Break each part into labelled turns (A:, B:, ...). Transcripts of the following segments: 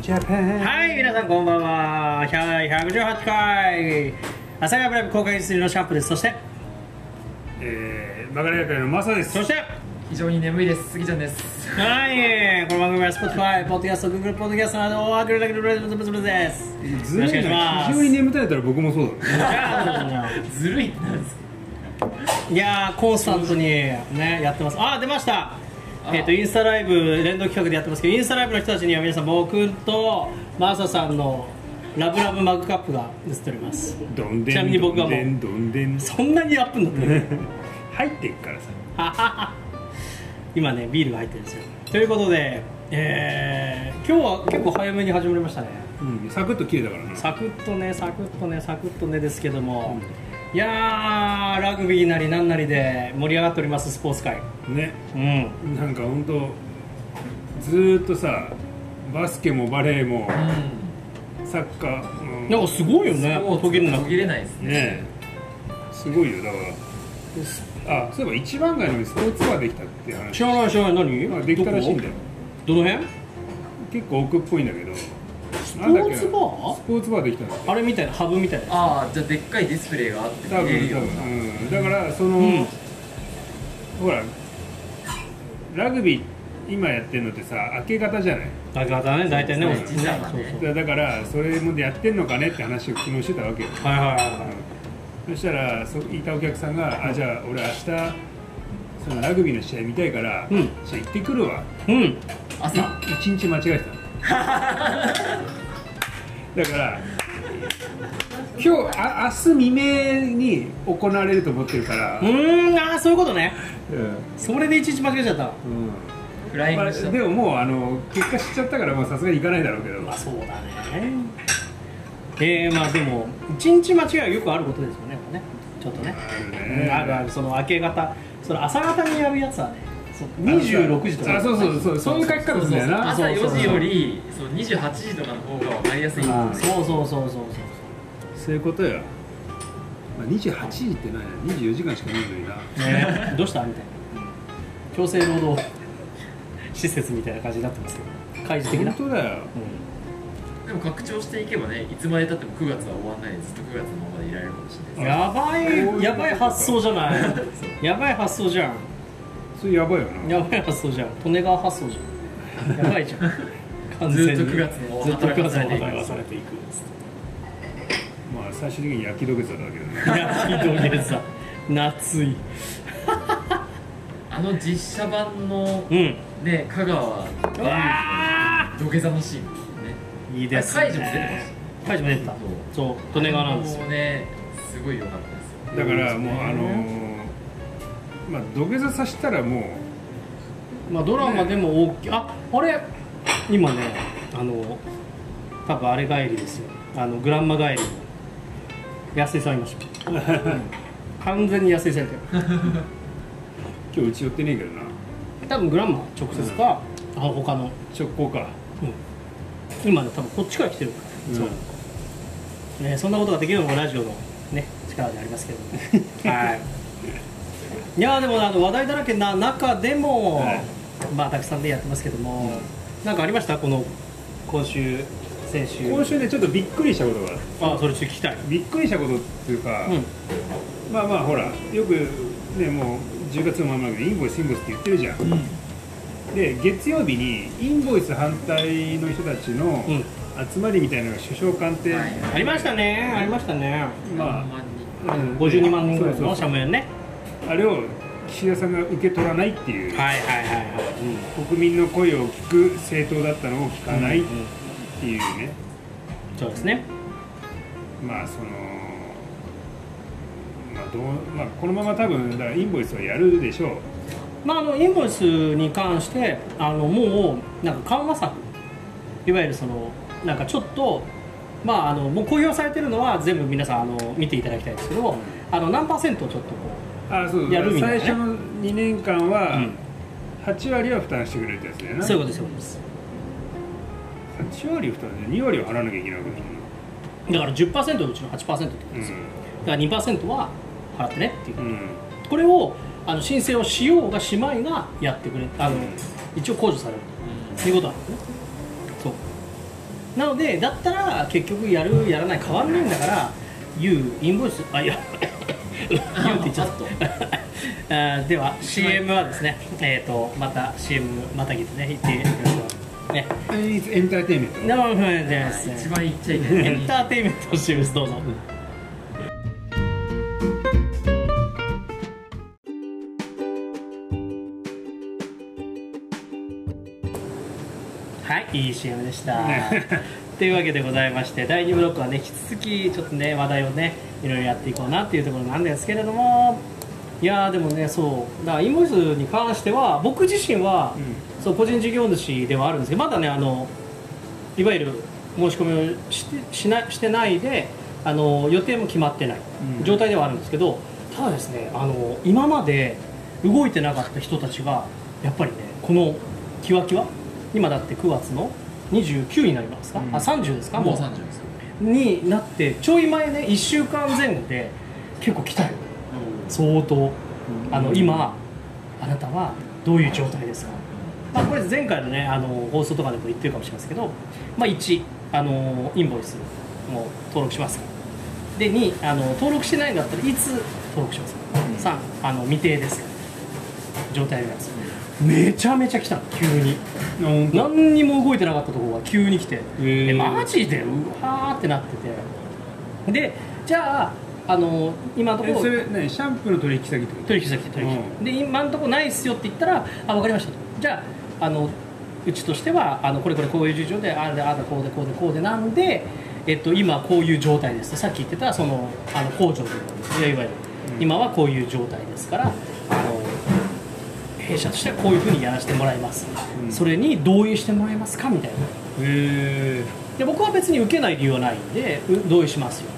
A: ジャパン
B: はい、皆さんこんばんは。100 118回、阿佐ヶ谷ブライブ公開するのシャープです。そして、
A: えー、曲がり会のマサです
B: そして、
C: 非常に眠いです。杉ちゃん です。
B: はい、この番組は Spotify、Podcast、Google Podcast などをアクリルだけでブレブレブレブレです。
A: ず
B: よろ
A: る
B: しくお願い
A: い
B: し
A: な
B: ます。
A: 非常に眠たいたら僕もそうだね
C: ずるいってなんですか。
B: いやーコンスタントにねやってますあー出ましたえっ、とインスタライブ連動企画でやってますけどインスタライブの人たちには皆さん僕とマーサさんのラブラブマグカップが映っております
A: どんでん
B: ちなみに僕がもう
A: どんでんどんでん
B: そんなにアップになってる
A: 入っていくからさ
B: 今ねビールが入ってるんですよということで、えー今日は結構早めに始まりましたね
A: うんサクッと切れたからな
B: サクッとねサクッとねサクッとねですけども、いやーラグビーなりなんなりで盛り上がっておりますスポーツ界
A: ね
B: うん
A: なんかほんとずーっとさバスケもバレーもサッカー
B: な
A: も
B: んかすごいよね
C: もう
B: 途
C: 途
B: 切
C: 切
B: れ
C: れ
B: な
C: な
B: く
C: い。途切れないですね。
A: ねすごいよだからあそういえば一番街のにスポーツバーできたっていう話
B: 知らない知らない何、
A: まあできたらしいんだよ
B: どこどの辺
A: 結構奥っぽいんだけどス
B: ポーツバー
A: スポーツバーできたんだって
B: あれみたいなハブみたいな
C: ああ、じゃあでっかいディスプレイがあって
A: 多
C: 見える
A: 分
C: よ
A: 多
C: うな
A: 分、。うん、だからその、
B: うん
A: ほらラグビー今やってるのってさ明け方じゃない
B: だからだね大体ね
C: そうですね
B: 俺そうそ
A: だ
B: う
A: だからそれもやってんのかねって話を昨日してたわけよ、
B: はいはいは
A: うんそしたらそいたお客さんが「あじゃあ俺明日そのラグビーの試合見たいから、
B: うん
A: じゃあ行ってくるわ
B: いはいうん」
C: 朝。
A: 一日間違えて たのだから今日あ明日未明に行われると思ってるから、
B: うーんああそういうことね
A: うん
B: それでいちいち間違えちゃった
A: うん
C: フライン
A: ま
C: グ
A: あ、
C: した。
A: でももうあの結果知っちゃったからまあさすがに行かないだろうけど、
B: まあそうだねえー、まあでも一日間違いはよくあることですよねやっぱねちょっとね
A: ある
B: うん
A: ね
B: あるあるその明け方その朝方にやるやつはねそう26時とか
A: あそうそうそうそういう書き方するんだよな
C: 朝
B: そうそう
C: 4時よりそう28時とかの方が分かりやすいんで
A: あ
B: そうそうそうそうそう
A: そういうことよ、まあ、28時ってないな24時間しかないのにな
B: ね、 どうしたみたいな、強制労働施設みたいな感じになってますけど開示的な、
A: 本当だよ
B: う
C: でも拡張していけばね、いつまでたっても9月は終わらないです。ずっと9月のままでいられるかもし
A: こう
B: んやば
C: れないで
A: いうこと
B: い
A: か
B: やばい発想じゃないやばい発想じゃん
A: それやばいよな
B: やばい発想じゃん利根川発想じゃんやばいじゃん完
C: ずっと九月も
B: ずっと9月も
C: 働
B: 働か
C: か
B: さ
C: さ
B: れ
C: れ
B: ていくっ
A: まあ最終的に焼き土下座だけどね
B: つっていやひどいさ夏い
C: す。あの実写版の
B: うん
C: ね、香川
B: うわ
C: 土下座のシーンね。
B: ーいいです
C: 解除も出てまし
B: 解除も出てたそう利根川なんです
C: も
B: よ
C: うね、すごい良かったですよ。
A: だからもうあのーまあ土下座させたらも
B: まあ、ドラマでも大きい、ああれ今ねあの多分あれ帰りですよあのグランマ帰りの安井さんいました、完全に安井さんやったよ
A: う今日うち寄ってねえけどな
B: 多分グランマ直接か、あ他の、
A: 直行か
B: うん、今ね多分こっちから来てるか
A: う
B: ら、
A: ん
B: そうね、そんなことができるのもラジオの、ね、力でありますけどもはいいやーでもあの話題だらけな中でも、
A: はい
B: まあたくさんでやってますけども、なんかありましたこの今週先週
A: 今週ねちょっとびっくりしたことがあって
B: あそれちょっと聞きたい、
A: びっくりしたことっていうか、
B: うん、
A: まあまあほらよくねもう10月のままでインボイスインボイスって言ってるじゃん、で月曜日にインボイス反対の人たちの
B: うん
A: 集まりみたいなのが首相官邸、
C: はい
B: ありましたねありましたね
A: ま
C: 万人
A: あ、うん
B: 52万人ぐらい
A: そう
B: の
A: そう
B: 社名ね
A: そうあれを岸田さんが受け取らないっていう、
B: はいはいはいはい、うん
A: 国民の声を聞く政党だったのを聞かないっ
B: うんうん
A: ていうね、
B: そうですね
A: まあその、まあどうまあ、このまま多分だからインボイスはやるでしょう
B: まあ、あのインボイスに関してあのもうなんか緩和策いわゆるそのなんかちょっと、まあ、あのもう公表されてるのは全部皆さんあの見ていただきたいんですけどあの何パーセントちょっとこ
A: あそう
B: やるみたいな
A: 最
B: ね
A: 初の2年間
B: う、
A: は、8割は負担してくれるってやつだよな
B: そういうことですそういうことです
A: 8割負担で2割を払わなきゃいけないわけだもん
B: だから10%のうちの8%ってことですよ、だから2%は払ってねっていう
A: うん、うん
B: これをあの申請をしようがしまいがやってくれあの、
A: うん
B: 一応控除されるということなんですねそうなのでだったら結局やるやらない変わんないんだから「You インボイス」あい や「You」って言っちゃった あーでは CM はですねえっ、とまた CM またぎでね行ってみましょうね
A: It's entertainment.
B: なるほどです
C: 一
B: ね
C: 番言っちゃいけない
B: エンターテインメントの CM ですどうぞはいいい CM でした
A: ね
B: というわけでございまして第2ブロックはね引き続きちょっとね話題をねいろいろやっていこうなっていうところなんですけれどもいやーでもねそうだからインボイスに関しては僕自身は、そう個人事業主ではあるんですけどまだねあのいわゆる申し込みをしてしなしてないであの予定も決まってない
A: うん
B: 状態ではあるんですけど、ただですねあの今まで動いてなかった人たちがやっぱりねこのキワキワ今だって9月の29になりますか、
A: うん
B: あ30ですか
C: もう30ですよ
B: になってちょい前ね1週間前後で結構来たよ相当あの今あなたはどういう状態ですか、まあ、これ前回のねあの放送とかでも言ってるかもしれないですけど、まあ、1あのインボイスも登録しますかで2あの登録してないんだったらいつ登録しますか3あの未定ですか状態なんですよめちゃめちゃ来たの急に
A: 本当
B: 何にも動いてなかったところが急に来て、
A: ー
B: えマジでうわーってなっててでじゃああの今のとこ
A: え
B: ろ
A: それねシャンプーの取引先ってこと
B: 取引先取引先、
A: う
B: で今んとこないっすよって言ったらあ分かりましたとじゃああのうちとしてはあのこれこれこういう事情であれでああだこうでこうでこうでなんで、えっと、今こういう状態ですとさっき言ってたそのあの工場のいやいわゆる、
A: うん
B: 今はこういう状態ですからあの弊社としてはこういうふうにやらせてもらいます、
A: うん
B: それに同意してもらえますかみたいな
A: へえ
B: で僕は別に受けない理由はないんでう同意しますよ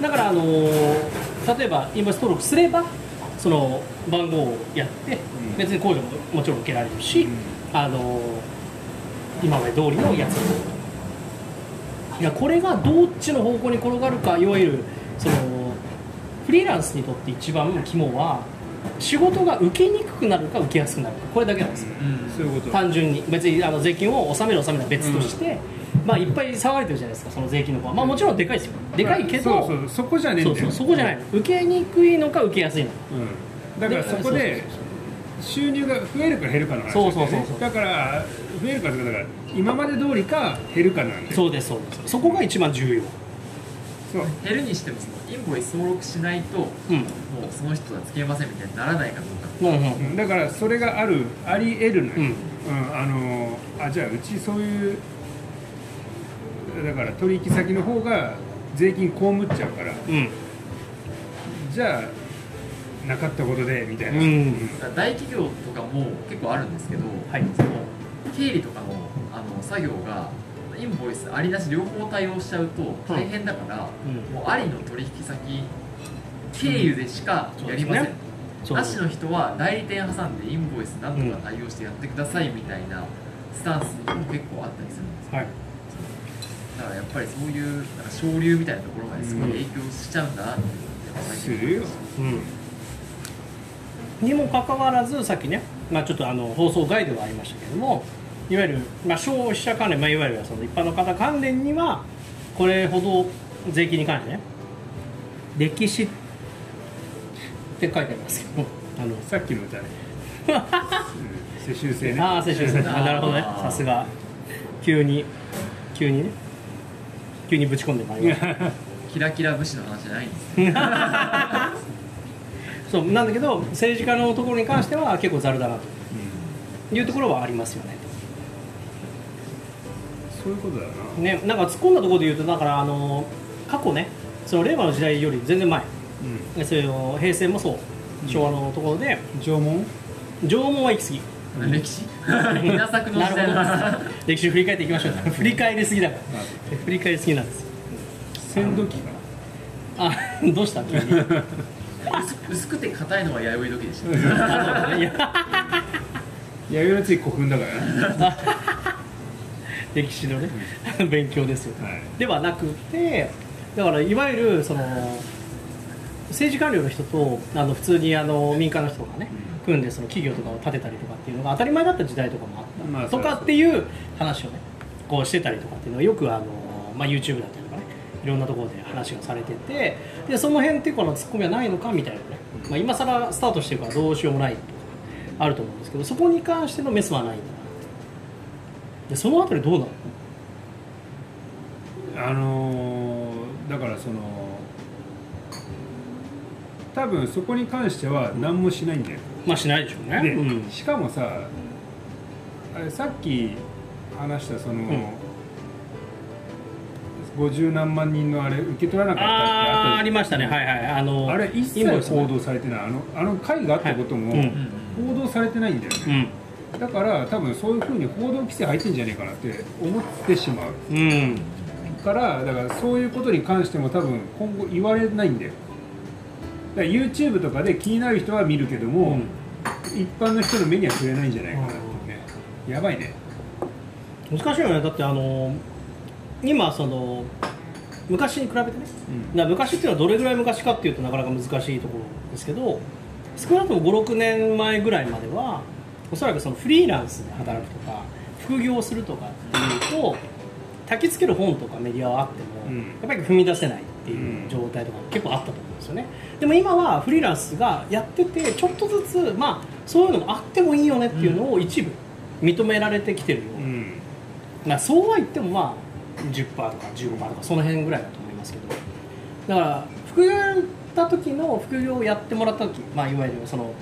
B: だから、あのー例えばインボイス登録すればその番号をやって、
A: ん
B: 別に控除ももちろん受けられるし、
A: うん
B: あのー今まで通りのやついやこれがどっちの方向に転がるかいわゆるそのフリーランスにとって一番肝は仕事が受けにくくなるか受けやすくなるかこれだけなんですよ
C: うん
A: そういうこと
B: 単純に別にあの税金を納める納めないは別として、まあいっぱい騒がれてるじゃないですかその税金の方はまあもちろんでかいですよでかいけど、
A: そうそうそこじゃねえ
B: そ
A: ん
B: う
A: だ
B: そ
A: よ
B: うそこじゃないの受けにくいのか受けやすいのか
A: うんだからそこで収入が増えるか減るかの話だ
B: そ
A: よ
B: うそう
A: ね
B: そうそう
A: だから増えるかとかだから今まで通りか減るかなんで
B: そうですそうですそこが一番重要
A: そう
C: 減るにしてもそのインボイス登録しないとも
B: うん
C: うその人はつけませんみたいにならないかどうか
B: うんうん
A: うんだからそれがあるあり得るのよ、
B: うん
A: うんあのあじゃあうちそういうだから取引先の方が税金被っちゃうから
B: うん
A: じゃあなかったことでみたいな、
B: うん
C: だから大企業とかも結構あるんですけど、
B: はい
C: その経理とかのあの作業がインボイスありなし両方対応しちゃうと大変だから、
B: うん
C: もうありの取引先経由でしかやりません、
B: うんそうですねそう
C: なしの人は代理店挟んでインボイスなんとか対応してやってくださいみたいなスタンスも結構あったりするんですよ
B: はい
C: だからやっぱりそういうなんか昇流みたいなところまですごい影響しちゃうんだなって
A: するよ
B: うんにもかかわらずさっきね、まあ、ちょっとあの放送外ではありましたけれどもいわゆる、まあ、消費者関連、まあ、いわゆるその一般の方関連にはこれほど税金に関してね歴史って書いてありますけどあの
A: さっきの歌ね、うん、世襲制ね
B: ああ接種ですねあなるほどね
C: あー
B: さすが急に急にね急にぶち込んでまいりました
C: キラキラ武士の話じゃないんです
B: そうなんだけど政治家のところに関しては結構ざるだ
A: う
B: な
A: ん
B: というところはありますよね
A: そういうことだよな、
B: ねなんか突っ込んだところで言うとだからあの過去ねその令和の時代より全然前
A: う
B: それを平成もそう昭和のところで
A: ん、縄文
B: 縄文は行き過ぎ
C: 歴史稲作の
B: な
C: 時代の
B: る
C: 話
B: ほど歴史振り返っていきましょう振り返りすぎだから
A: あ
B: 振り返りすぎなんですよ
A: 鮮度期か
B: あどうした急に
C: 薄く薄くて硬いのは弥生時でし たね
B: あそうねいや
A: 弥生のつい古墳だからね、
B: 歴史のね勉強ですよ
A: はい、
B: ではなくてだからいわゆるその政治官僚の人とあの普通にあの民間の人とかね組んでその企業とかを建てたりとかっていうのが当たり前だった時代とかもあった、
A: まあ
B: と
A: そう
B: か
A: そう
B: っていう話をねこうしてたりとかっていうのはよくあの、まあ、YouTube だったりとかねいろんなところで話がされててでその辺ってこのツッコミはないのかみたいなね、まあ、今更スタートしてるからどうしようもないとかあると思うんですけどそこに関してのメスはないんだなでそのあたりどうなの
A: あのーだからその多分そこに関しては何もしないんだよ、
B: まあしないでしょうね
A: で、
B: うん
A: しかもさあれさっき話したその、
B: ん
A: 50何万人のあれ受け取らなかったって
B: ああ
A: あ
B: ありましたねはいはいあの
A: あれ一切
B: インボイス
A: 報道されてないあのあの会があったことも
B: はい
C: う
A: 報
C: ん
A: 道されてないんだよね、
B: うん
A: だから多分そういうふうに報道規制入ってんじゃねえかなって思ってしまう
B: うん
A: からだからそういうことに関しても多分今後言われないんだよだから YouTube とかで気になる人は見るけども、
B: うん
A: 一般の人の目には触れないんじゃないかなっていうねやばいね
B: 難しいよねだってあの今その昔に比べてね、
A: うん
B: な昔っていうのはどれぐらい昔かっていうとなかなか難しいところですけど少なくとも56年前ぐらいまではおそらくそのフリーランスで働くとか副業をするとかっていうと焚きつける本とかメディアはあっても、
A: うん
B: やっぱり踏み出せないっていう状態とかも結構あったと思うんですよねでも今はフリーランスがやっててちょっとずつ、まあ、そういうのもあってもいいよねっていうのを一部認められてきてるような
A: うん
B: まあ、そうは言ってもまあ10%とか15%とかその辺ぐらいだと思いますけどだから副業やった時の副業をやってもらった時、まあ、いわゆるその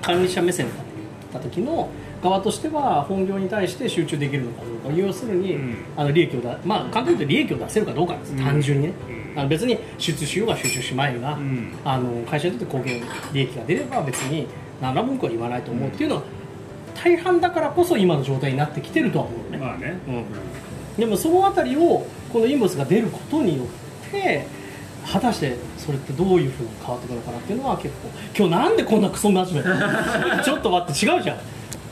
B: 管理者目線から言った時の側としては本業に対して集中できるのかどうか要するに、
A: うん
B: あの利益をだまあ簡単に言うと利益を出せるかどうかです、
A: うん
B: 単純にね、
A: うん
B: あの別に集中しようが集中しまいが、
A: うん
B: あの会社にとって貢献利益が出れば別に何ら文句は言わないと思うっていうのは大半だからこそ今の状態になってきてるとは思うよね。
A: まあね、
B: うんでもそのあたりをこのインボイスが出ることによって果たしてそれってどういうふうに変わってくるのかなっていうのは結構今日なんでこんなクソになっちまった のちょっと待って違うじゃん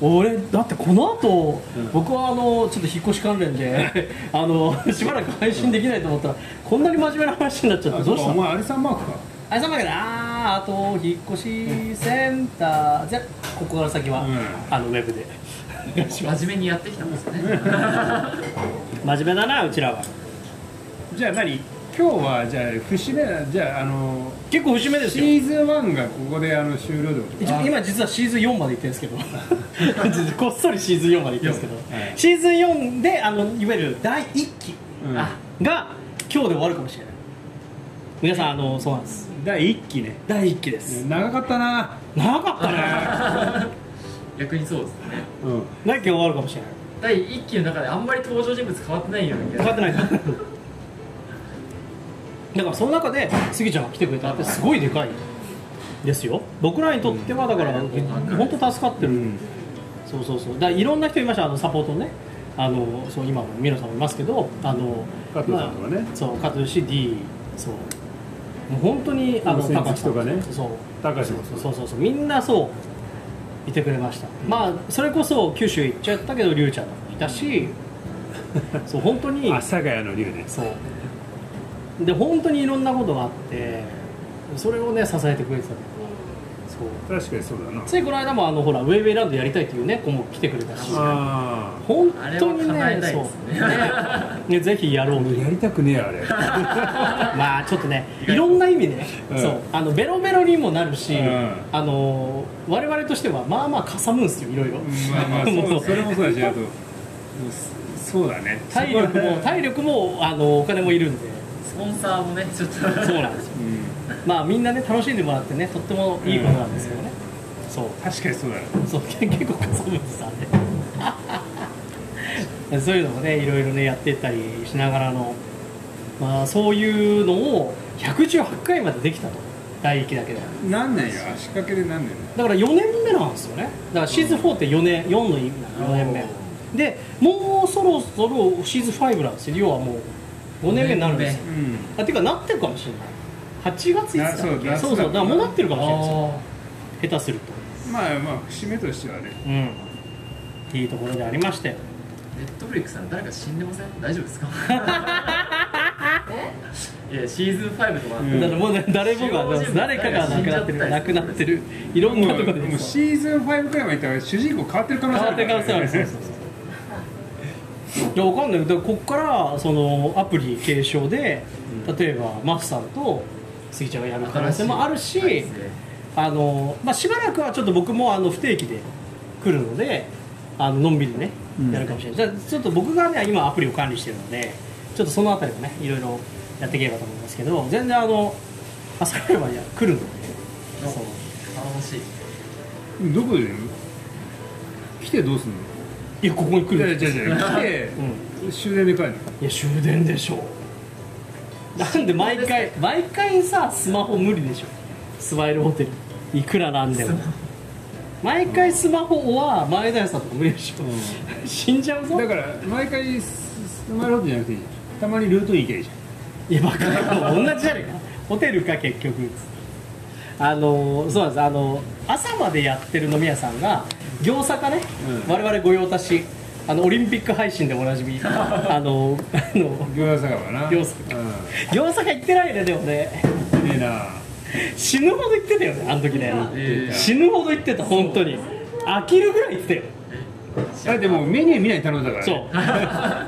B: 俺だってこの後、
A: ん
B: 僕はあのちょっと引っ越し関連で あのしばらく配信できないと思ったらこんなに真面目な話になっちゃっ
A: あ
B: て
A: そ
B: ど
A: う
B: うし
A: か
B: た
A: お
B: の
A: 前アリさんマークか
B: あれさまだけどあーあと引っ越しセンターじゃここから先は、
A: うん
B: あのウェブでお願いします
C: 真面目にやってきたんですよね。
B: 真面目だなうちらは
A: じゃあ何今日はじゃあ節目なじゃああの
B: 結構節目ですよ
A: シーズン1がここであの終了ってこと
B: 一応今実はシーズン4まで行ってるんですけど こっそりシーズン4まで行ってるんですけど、
A: はい
B: シーズン4であのいわゆる第1期
A: うん
C: あ
B: が今日で終わるかもしれない皆さんあのそうなんです
A: 第1期ね
B: 第1期です、
A: 長かったな
B: 長かったね
C: 逆にそうですね。
A: うん
B: 第1期終わるかもしれない
C: 第一期の中であんまり登場人物変わってないような気
B: 分かっ
C: が
B: てないから だからその中でスギちゃんが来てくれたってすごいでかいですよ僕らにとってはだから
C: うん
B: 本当助かって
A: う
B: る、
A: ん
B: そうそうそうだからいろんな人いましたあのサポートねあのそう今もミノさんもいますけどあの
A: 加藤さんとかね
B: まあそう加藤氏 D そうもう本当にあの
A: 先日とかね
B: 高橋さんそう
A: 高橋も
B: そう
A: そ
B: そうそうそうみんなそういてくれました、まあそれこそ九州行っちゃったけど龍ちゃんもい たしそう本当に
A: 阿佐ヶ谷の竜です
B: そうで本当にいろんなことがあってそれをね支えてくれてたそう
A: 確かにそうだな
B: ついこの間もあのほらウェイウェイランドやりたいっていうね子も来てくれたし
A: あ
B: 本
C: あれ
B: 当
C: は
B: に
C: 叶え
B: ね
C: たい
B: そ
C: で
B: う
C: す
B: ねねぜひやろうと
A: あ やりたくねえあれ
B: まあちょっとね
C: 意外
B: いろんな意味でね、
A: うん
B: そうあのベロベロにもなるし、
A: うん
B: あの我々としてはまあまあかさむんですよいろいろ、
A: まあまあ
B: も
A: そう
B: う
A: それもそうだしあとうんそうだね
B: 体力も体力もあのお金もいるんで
C: スポンサーもねちょっと
B: そうなんですよ
A: うん
B: まあみんなね楽しんでもらってねとってもいいことなんですけどね、そう
A: 確かにそうだね
B: そうけ 結構かさむんですあれ そういうのもねいろいろねやってったりしながらの、まあ、そういうのを118回までできたと第1期だけで
A: 何年よ足掛けで何年
B: だから4年目なんですよねだからシーズン4って4年4の意味なの4年目でもうそろそろシーズン5なんですよ要はもう5年目になるんですよ
A: うん
B: あていうかなってるかもしれない8月いつだっけ
A: なそうだ
B: そうそうだからもうなってるかもしれないで
C: あ
B: すよ下手すると
A: まあまあ節目としてはね
B: うんいいところでありましたよ
C: ーネットフリックスさん誰か死んでません大丈夫ですかい やシーズン5とか、
A: うん
B: だからもうね誰もが誰かが亡くなってる亡くなってるいろんなところ
A: もうも
B: で
A: う
B: そう
A: シーズン5くらいまでいったら主人公変わってる可能
B: 変
A: 性
B: わ
A: ある
B: って
A: か
B: る可
A: ら
B: 能
A: ね
B: 性あるそうそうそういやわかんないだからここからそのアプリ継承で、
C: うん
B: 例えばマフさんと杉ちゃんがやる可能性もあるし
C: 新いですね
B: あの、まあ、しばらくはちょっと僕もあの不定期で来るのであののんびりね
D: うん
B: やるかもしれない、じゃあちょっと僕がね今アプリを管理してるのでちょっとそのあたりもねいろいろやっていければと思いますけど全然あの朝倉山には来るので
C: あ
B: そう
C: 楽しい
A: どこで来てどうすんの
B: いやここに来
A: じゃ
B: る
A: あ
B: ん
A: じ
B: で
A: ゃ
B: す
A: あじゃあ来て
B: うん
A: 終電で帰るの
B: いや終電でしょなんで毎回毎回さスマホ無理でしょスマイルホテルいくらなんでも毎回スマホは前田屋さんとか無理でしょ、死んじゃうぞ
A: だから毎回スマイルホテルじゃなくていいじゃんたまにルートイン行けばいいじ
B: いやバカ野郎同じじゃねえかホテルか結局あのそうなんですあの朝までやってる飲み屋さんが餃子かね、
A: うん
B: 我々御用達あのオリンピック配信でおなじ みあのあの
A: ゃん餃子酒場な
B: 餃子酒
A: う
B: 餃子が行ってないねでもね
A: んいいな
B: 死ぬほど言ってたよねあの時ね
C: ええ
B: 死ぬほど言ってた本当に飽きるぐらい言ってたよ
A: だってもうメニュー見ないで頼んだからね
B: そう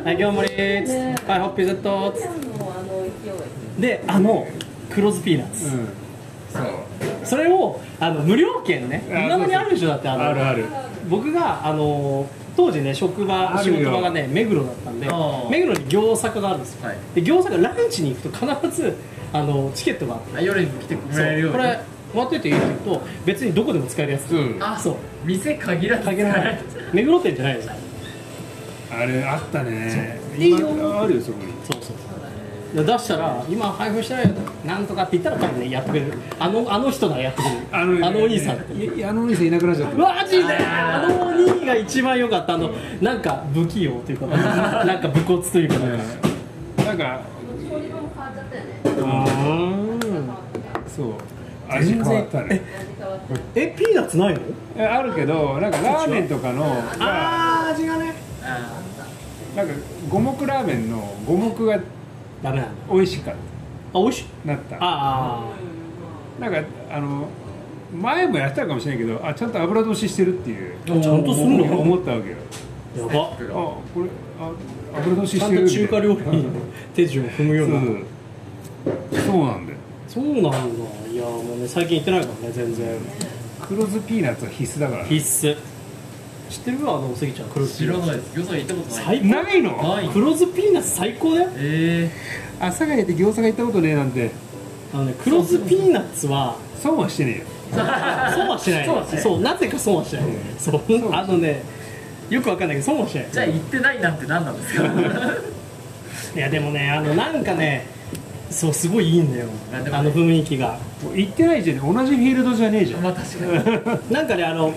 B: はい今日もりーっつってはいホッピーずっ とーっつっ
E: もあの勢い
B: てであの黒酢ピーナッ
A: う
B: ツ、
A: んそう
B: それをあの無料券ね
A: あ
B: 今まにあるでしょだってあの
A: あるある
B: 僕があの当時ね職場
A: あ
B: 仕
A: るよ
B: 事場がね目黒だったんで
C: あー
B: 目黒に餃子があるんですよ、
C: はい
B: で餃子がランチに行くと必ずあのチケットがあって
C: あ夜にも来ても
B: そ
C: らえるよ
B: う
C: う
B: こ
C: に
B: れもらってていいって言うと別にどこでも使えるやつ
A: そう
C: あ
B: そう
C: 店限らず
B: 限ら ない目黒店じゃないですよ
A: あれあったね
B: そういいよ
A: あるよそこに
B: そうそうそう出したら今配布してないよなんとかって言ったら多分ねやってくれるあのあの人ならやってくれるあのお兄さんって
A: いやあのお兄さんいなくなっちゃった
B: マジであのお兄が一番良かったあのなんか不器用と いうかなんか武骨というかなんか
A: うんなんか
E: 調理場も変わっちゃったよね
A: そう味変わったね
E: 味変わって
B: えピーナッツないの
A: えあるけどなんかラーメンとかのが
B: あー味がね
C: あ
A: なんか五目ラーメンの五目が
B: ダメなの
A: 美味しかっ
B: あ美味しい
A: たなった
B: あ
A: なんかあの前もやったかもしれないけどあちゃんと油通ししてるっていう
B: あちゃんとするの
A: 思ったわけよ
B: やば
A: あこれあ油通し
B: ちゃ
A: し
B: ん
A: てる
B: と
A: み
B: 中
A: た
B: 華
A: いな
B: 料理の手順を踏むような
A: そうそうなんだよ
B: そうなんだいやもうね最近行ってないからね全然
A: 黒酢ピーナッツは必須だから
B: 必須知ってるわあの杉ちゃん黒
C: ー
B: 酢
C: 知らないです餃子行ったことない
B: 最高
A: ないの
C: ない
B: 黒酢ピーナッツ最高だよ
C: え
A: 阿佐ヶ谷って餃子が行ったことねえなんて
B: あのね黒酢ピーナッツは
A: 損はしてねえよ
B: 損はしない
C: 損はしない
B: そうなぜか損はしないそう
A: 損
B: あのねよくわかんないけど損はしない
C: ー、じゃあ行ってないなんて何なんです か
B: いやでもねあのなんかねそうすごいいいんだよ
C: なんでも
B: あの雰囲気が
A: もう行ってないじゃん同じフィールドじゃねえじゃん
C: まあ確かに
B: なんかねあの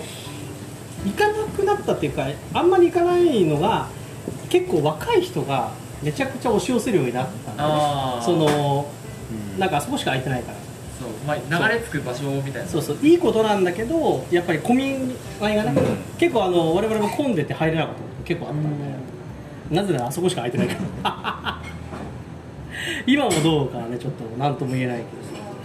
B: 行かなくなったっていうかあんまり行かないのが結構若い人がめちゃくちゃ押し寄せるようになったんだよね
C: ああ
B: その
A: うん
B: なんかあそこしか空いてないから
C: そう、まあ、流れ着く場所みたいな
B: そうそういいことなんだけどやっぱり混み合いがね、結構あの我々も混んでて入れなかったこと結構あったんで、なぜならあそこしか空いてないから 今もどうかはねちょっと何とも言えない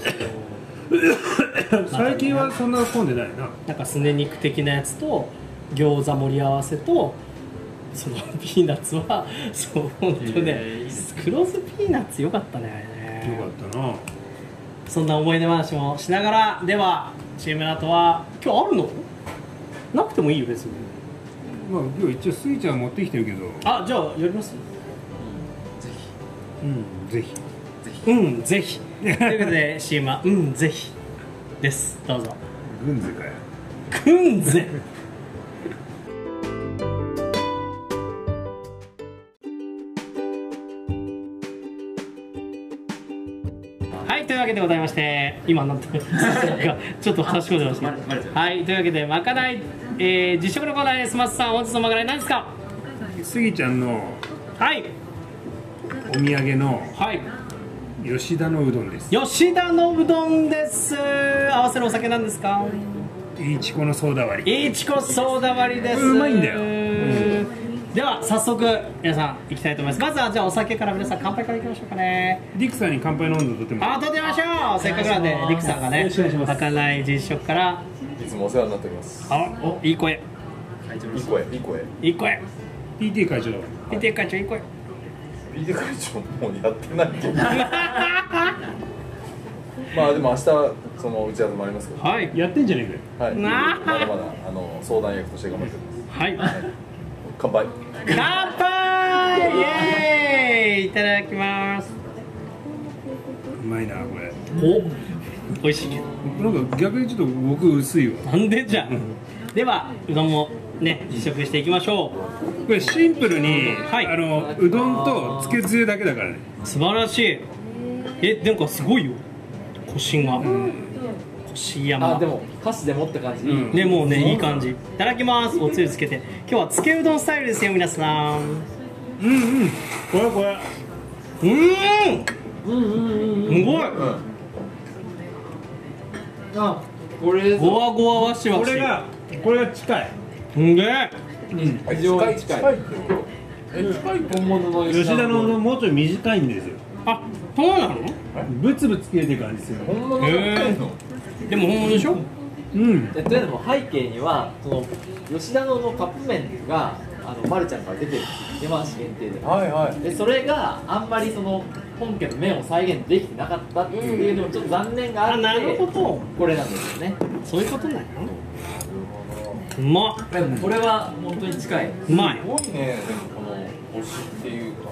B: けど
A: 最近はそんな混んでないな
B: なんかすね肉的なやつと餃子盛り合わせとその ピーナッツはそう本当
C: へ
B: ね
C: ー
B: 黒酢ピーナッツよかったねあれね
A: よかったな
B: そんな思い出話もしながらではチームの後は今日あるのなくてもいいよ別に
A: まあ今日一応スイちゃん持ってきてるけど
B: あじゃあやります
C: ぜ
A: うんぜひ
C: ひぜひ
B: うんぜひということ で CM は「うんぜひ」ですどうぞ
A: 軍勢かよ
B: くんぜはいというわけでございまして今なんてちょっと話し込んでました
C: あちょっとバレバレちゃった
B: はいというわけでまかない、えー、実食のコーナーです松さん本日のまかない何ですか
A: スギちゃんの
B: はい
A: お土産の
B: はい
A: 吉田のうどんです
B: 吉田のうどんです合わせるお酒なんですか
A: いちこのソーダ割り
B: いちこソーダ割りです
A: うまいんだよ
B: では早速皆さん行きたいと思いますまずはじゃあお酒から皆さん乾杯からいきましょうかね
A: ディクさんに乾杯の温度とっても
B: あと出ましょうせっかくなんでりくさんがねまかない実食から
F: いつもお世話になっております。
B: あおいい声
C: 会場
F: いい声、いい声。
B: いい声
A: PT 会長だわ
B: 見て会長行こうよ
D: PT 会長もうやってないけどまあでも明日その打ち合わせもありますけど、
B: はい
A: やってんじゃねえかよ
D: はい、
B: う
D: ま
B: わー
D: だまだあの相談役として頑張ってます
B: はい
D: 乾杯
B: 乾杯イエーイいただきます
A: うまいなこれ
B: お美味しいけど
A: なんか逆にちょっと僕薄いわ
B: なんでじゃんではうどんもね試食していきましょ
A: これシンプルに、
B: はい
A: あのうどんとつけつゆだけだからね
B: う素晴らしいえなんかすごいよ腰が腰山
F: あでも箸で持った感じ、
A: ん
B: ねもうねいい感じいただきますおつゆつけて今日はつけうどんスタイルですよ皆さんう
A: うんうんこれこれ
B: ーんすごい
F: あこれ
B: ゴワゴワわしわし
A: これがこれが近い
B: すんげえ
D: え
F: 非常に近い
D: 近いってことえ近い
F: 本物の
A: 吉田のうど
F: ん
A: んもうちょい短いんですよ
B: あそうなの
A: ブツブツ切れてる感じですよ
D: 本物の近いの
B: でも本物でしょ
A: うん
F: えというのも背景にはその吉田のうどんカップ麺があのまるちゃんから出てるんですよ山梨限定で
D: はいはい
F: でそれがあんまりその本家の麺を再現できてなかったっていうのもちょっと残念があっ
B: あ
F: て、
B: なるほど
F: これなんですよね
B: そういうことなのうまっ
F: でもこれは本当に近いう
B: まい
D: すごいねでもこの星っていうか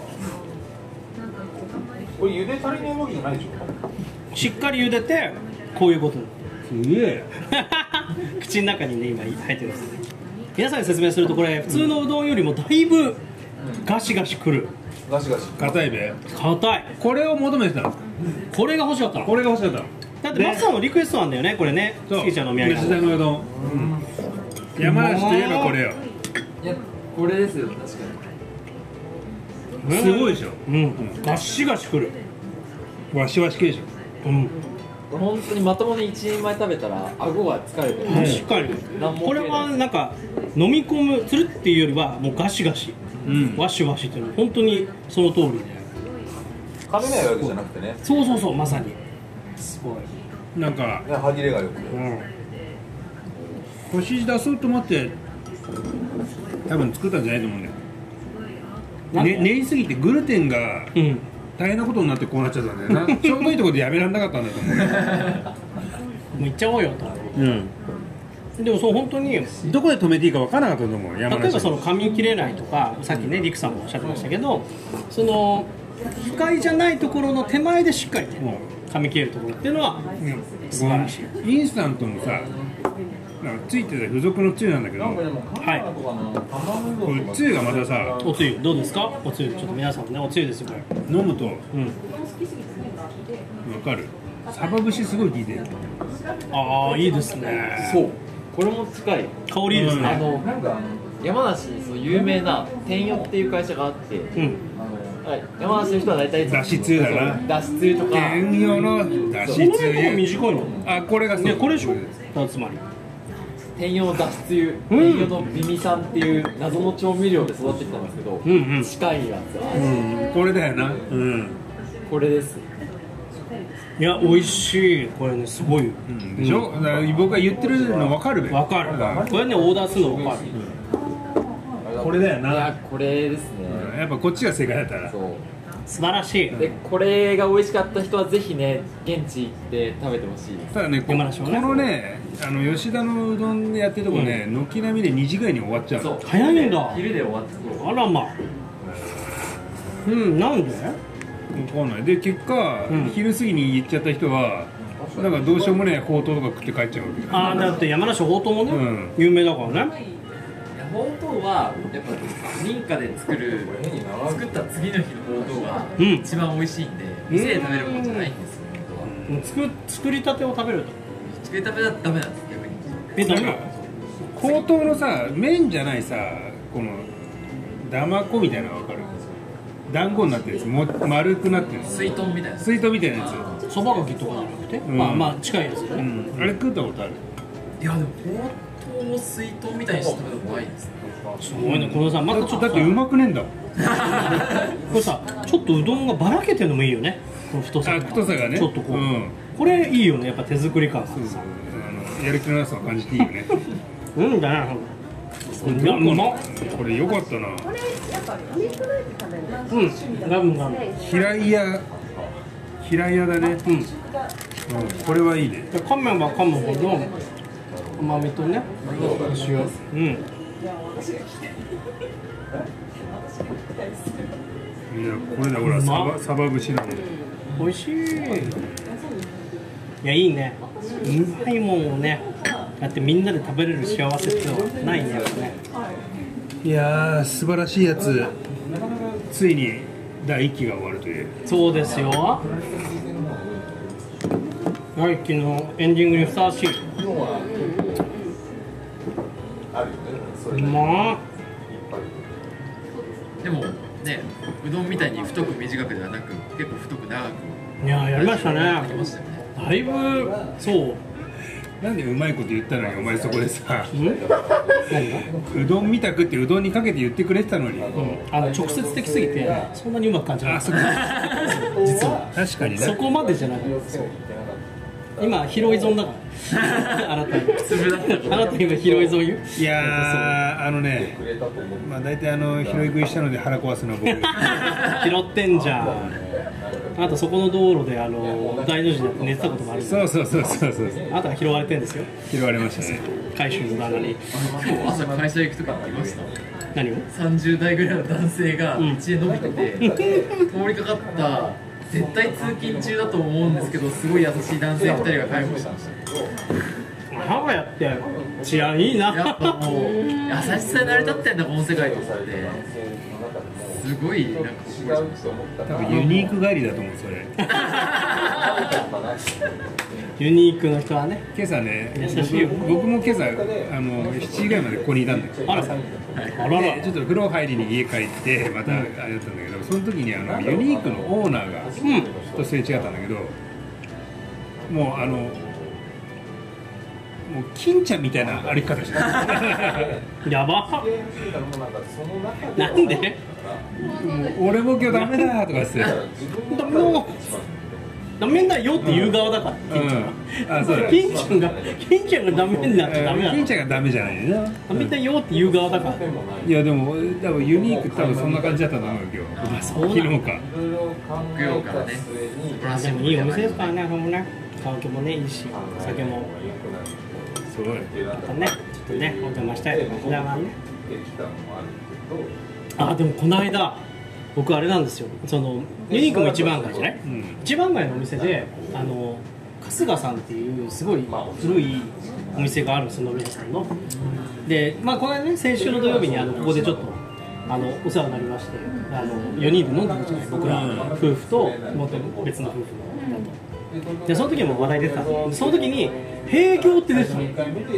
D: これ茹で足りないわけじゃないでしょ
B: しっかり茹でてこういうことに
A: すげえ
B: 口の中にね今入ってます皆さんに説明するとこれ普通のうどんよりもだいぶガシガシくる
D: ガシガシ
A: 硬いべ
B: 硬い
A: これを求めてたの
B: これが欲しかったの
A: これが欲しかったの
B: だってマスさんのリクエストなんだよねこれね
A: そう
B: 月ちゃんのお土産
A: 吉田のうどん、うん、山梨といえばこれよ
F: いやこれですよ確かに
A: すごいでしょ
B: うんガシガシくる
A: わしわし系でしょ
B: うん
F: 本当にまともに1人前食べたら顎が疲れてる、
B: 確かに
F: 何も
B: これはなんか飲み込むつるっていうよりはもうガシガシ
A: うん
B: ワシワシっていうのは本当にその通りで
D: 噛めないわけじゃなくてね
B: そうそうそうまさにすごい
A: なんか、
D: ね歯切れがよくて
B: うん
A: 腰出そうと思って多分作ったんじゃないと思うんだよ
B: なんで
A: ね、練りすぎてグルテンが
B: うん
A: 大変なことになってこうなっちゃったんだよ なちょうどいいところでやめられなかったんだと思
B: もう行っちゃおうよと
A: う、
B: でもそう本当に
A: うん、どこで止めていいか分からなかったと思う山梨
B: 例えばその髪切れないとかさっきねリクさんもおっしゃってましたけどその不快じゃないところの手前でしっかりね髪切れるところっていうのは
A: うん
B: 素晴らしい
A: このインスタントのさなんかついてた付属のつゆなんだけど
D: なんか
A: こ
D: でもカメラとかの卵うどん
A: れ
D: とか
A: つゆがまたさ
B: おつゆどうですかおつゆちょっと皆さんねおつゆですよこれ
A: 飲むと
B: うん
A: 分かるサバ節すごい効いてる
B: ああいいですね
F: そうこれも近い
B: 香りいいです
F: あ
B: ね
F: の
D: なんか
F: 山梨にその有名な天よっていう会社があって、
B: うん
F: はい、山梨の人は大体
A: だしつゆだな
F: そうだしつゆとか
A: 原用のだし
B: こ
A: つ
B: れも
A: ゆ
B: 短いの
A: あこれがそう
B: ねこれでしょだつまり
F: 天用だしつゆ、天用のビミさんっていう謎の調味料で育ってきたんですけど、
B: うんうん
F: 近いやつ
A: う
F: は
A: んこれだよなうん、
F: これです
B: いや美味しいこれねすごいよ
A: うん、でしょ、だから僕が言ってるの分かるべ
B: わかるこれねオーダーするの分かる
A: これだよ
F: い
A: な
F: やこれですね、
A: やっぱこっちが正解だったら
F: そ
B: 素晴らしいう
F: でこれが美味しかった人はぜひね現地行って食べてほしいです
A: ただねこ
B: 山梨
A: こ
B: はね
A: のねあの吉田のうどんでやってるとこね軒並みで2時ぐらいに終わっちゃう
F: そう
B: 早いんだ
F: 昼で終わってそう
B: あらまあうんなんで
A: 分かんないで結果、
B: うん
A: 昼過ぎに行っちゃった人はなんかどうしようもねえほうとうとか食って帰っちゃうわけ
B: ああだって山梨ほうとうもね、
A: うん
B: 有名だからね
C: いやほうとうはやっぱ民家で作る作った次の日のほうとうが
B: うん
C: 一番美味しいんで店で食べるもんじゃないんですよ本当は
B: 作作りたてを食べると
C: 作り食べだとダメなんです逆に
B: えダメ
A: な
B: なん
A: かほうとうのさ麺じゃないさこのだまこみたいなの分かる団子になってるやつも丸くなってるやつ
C: 水筒みたいな
A: 水筒みたいなや
B: のそばがきとかじゃなくて、
A: ん
B: まあまあ近いですよ
A: つ、う
B: ね、
A: ん、あれ食ったことある
C: いやでもほうとうを水筒みたいにして食べたことないですね
B: すごいねこのさまた
A: だ
B: ちょっ
A: だ
B: と
A: ってうまくねえんだもん
B: これさちょっとうどんがばらけてるのもいいよねこの太さ
A: あ太さがね
B: ちょっとこう、
A: うん
B: これいいよねやっぱ手作り感が
A: あのやる気のなさを感じていいよね
B: うんだなうまうまっ
A: これ良かったな
E: これやっぱフリーフライで食べるな
B: うんガムガム
A: 平井屋平井屋だね、
B: うん
A: う
B: で
A: ん、これはいいね
B: 噛めば噛むほど甘みとねう
A: い
B: ん
A: やこれだほら
B: う
A: サ
B: ま
A: バサバ節だね
B: 美味しいいやいいねうまいもんをねだってみんなで食べれる幸せってのはないねやっぱね
A: いやー素晴らしいやつついに第一期が終わるという
B: そうですよ第一期のエンディングにふさわしい
D: 要はあるよねそうれなりに
B: まっ
D: いっぱい
C: でもねうどんみたいに太く短くではなく結構太く長く
B: いややりましたね
C: やりましたよね
B: だいぶそう
A: なんでうまいこと言ったのにお前そこでさ
B: んなんだ
A: うどんみたくってうどんにかけて言ってくれてたのに
B: うんあの直接的すぎてそんなにうまく感じな
A: あ
B: い
A: そこ実は確かに
B: そ
A: ね
B: こまでじゃない今疲労依存だから あなた
C: 粒だった
B: あなた今疲労依存よ
A: いやーあのね
D: くれたと思う
A: まあ大体あの拾い食いしたので腹壊すのは僕
B: 拾ってんじゃんあとそこの道路であの大の字になって寝てたこともあるんで す
A: そうそうそうそうそう
B: あなたが拾われてんですよ
A: 拾われましたね
B: 回収の旦那に
C: 今日朝会社行くとかにいました
B: 何を
C: 30代ぐらいの男性が道
B: うん
C: へ伸びてて、通りかかった絶対通勤中だと思うんですけどすごい優しい男性2人が介護してました
B: 名古屋って治安いいな
C: やっぱもう優しさに成り立ってんだこの世界と思ってすごいなんか覚え てました
A: 多分ユニーク帰りだと思うそれ
B: ユニークの人はね
A: 今朝ね
B: 優しいよ
A: 僕僕も今朝あの7時ぐらいまでここにいたんだよ
B: あらあら
A: で
B: ら
A: ちょっと風呂入りに家帰ってまたあれだったんだけどその時にあのユニークのオーナーが
B: うん
A: とすれ違ったんだけどもうあのもう金ちゃんみたいな歩き方して た
B: やばな
D: なん
B: で
A: もう俺も今日ダメだとかっつって
B: もうダメだよって言う側だから、
A: うんあそうだ
B: 金ちゃんが金ちゃんがダメになっちゃダメな
A: 金
B: の
A: ちゃんがダメじゃないよな
B: ダメだよって言う側だから
A: いやでも多分ユニーク多分そんな感じだったと思うよ今日
B: そうなの
A: 昨日か
C: 木曜からね素晴らし
B: で
C: い
B: も
C: もの
B: いい
C: じ
B: お
C: ゃ
B: 店ですか
C: ない
B: らねここもね環境もねいいしお酒も
A: すごい
B: またねちょっとねお邪魔したいと沖縄ねあでもこの間僕あれなんですよそのユニークも一番街じゃない
A: うん
B: 一番街のお店であの春日さんっていうすごい古いお店があるんですノルウェーさんのでまあこの間ね先週の土曜日にあのここでちょっとあのお世話になりましてあの4人で飲んだんじゃない僕ら
A: うん
B: 夫婦と元別の夫婦の方とでその時も話題出てたんですよその時に閉業って出てたの